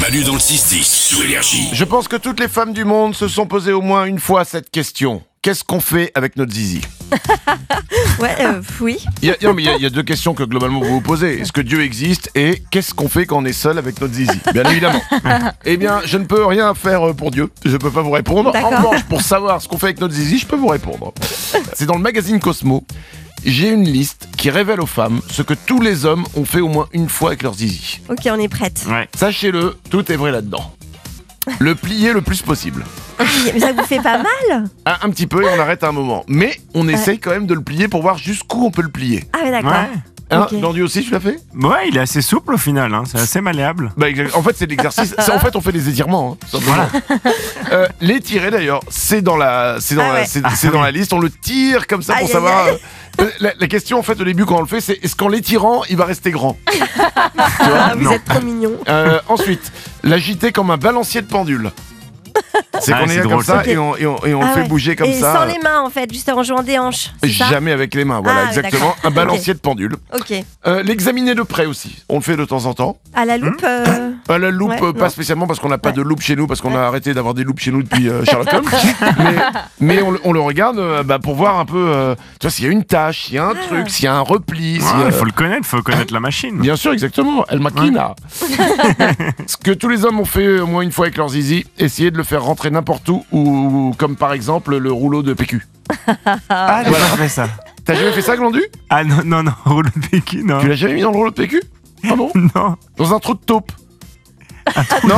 Manu dans le 6-10 sur Énergie. Je pense que toutes les femmes du monde se sont posées au moins une fois cette question. Qu'est-ce qu'on fait avec notre zizi Ouais, euh, pff, oui. Il y a- non, mais il y, a- il y a deux questions que globalement vous vous posez. Est-ce que Dieu existe et qu'est-ce qu'on fait quand on est seul avec notre zizi Bien évidemment. eh bien, je ne peux rien faire euh, pour Dieu. Je ne peux pas vous répondre. En D'accord. revanche, pour savoir ce qu'on fait avec notre zizi, je peux vous répondre. C'est dans le magazine Cosmo. J'ai une liste qui révèle aux femmes ce que tous les hommes ont fait au moins une fois avec leur zizi. Ok, on est prête. Sachez-le, tout est vrai là-dedans. Le plier le plus possible. Oui, Mais ça vous fait pas mal Ah, Un, un petit peu Ah. et on arrête un moment. Mais on essaye quand même de le plier pour voir jusqu'où on peut le plier. Ah, mais d'accord. Ouais. Hein Ok. Dandy aussi, tu l'as fait ouais, il est assez souple au final, hein. c'est assez malléable. Bah, exact- En fait, c'est de l'exercice. C'est- en fait, on fait des étirements. hein, simplement. Euh, les tirer d'ailleurs, c'est dans la, c'est dans, Ah la- ouais. c'est, c'est dans la liste. On le tire comme ça pour Aïe, aïe, savoir. euh, La, la question en fait au début quand on le fait, c'est est-ce qu'en l'étirant, il va rester grand Ah, vous Non. êtes trop mignon. Euh, Ensuite, l'agiter comme un balancier de pendule. C'est Ah, qu'on est c'est là comme drôle, ça ça. et on, et on- et on Ah le fait ouais. bouger comme Et ça. euh, sans les mains, en fait, juste en jouant des hanches. c'est ça Jamais avec les mains, voilà Ah, oui, exactement. d'accord. Un balancier de pendule. Ok. Euh, L'examiner de près aussi. On le fait de temps en temps. À la loupe euh, Euh, la loupe, Ouais, euh, pas non. spécialement parce qu'on n'a pas Ouais. de loupe chez nous, parce qu'on Ouais. a arrêté d'avoir des loupes chez nous depuis euh, Sherlock Holmes. mais mais on, le- on le regarde euh, bah, pour voir un peu euh, tu vois, s'il y a une tâche, s'il y a un Ah. truc, s'il y a un repli. Il s'il y a- euh, faut le connaître, faut connaître la machine. Bien sûr, exactement. El Maquina. Ce que tous les hommes ont fait euh, au moins une fois avec leur zizi, essayer de le faire rentrer n'importe où, ou, ou comme par exemple le rouleau de PQ. Ah, j'ai Voilà. pas fait ça. T'as jamais fait ça, Glandu Ah non, non, non, roule le béquille, non. Tu l'as jamais mis dans le rouleau de PQ Ah bon Non. Dans un trou de taupe. non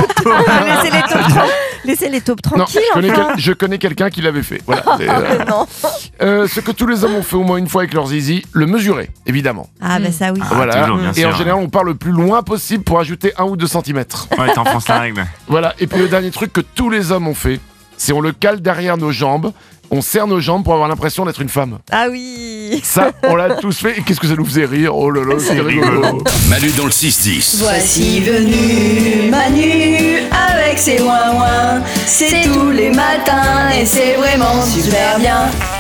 Ah, Laissez les taupes tranquilles. Laissez les taupes Non, tranquilles, je connais, enfin. quel- je connais quelqu'un qui l'avait fait. Voilà. c'est, euh, Ah, non. Euh, ce que tous les hommes ont fait au moins une fois avec leur zizi, le mesurer, évidemment. Ah, bah ça oui. Ah, voilà. toujours, bien et en sûr. général, on part le plus loin possible pour ajouter un ou deux centimètres. Ouais, t'enfonces la règle. Voilà. Et puis le dernier truc que tous les hommes ont fait, c'est on le cale derrière nos jambes. On serre nos jambes pour avoir l'impression d'être une femme. Ah oui. Ça, on l'a tous fait. Et qu'est-ce que ça nous faisait rire Oh là là, c'est rigolo. rigolo. Manu dans le 6-10. Voici venu Manu avec ses ouin-ouin. C'est tous les matins et c'est vraiment super bien.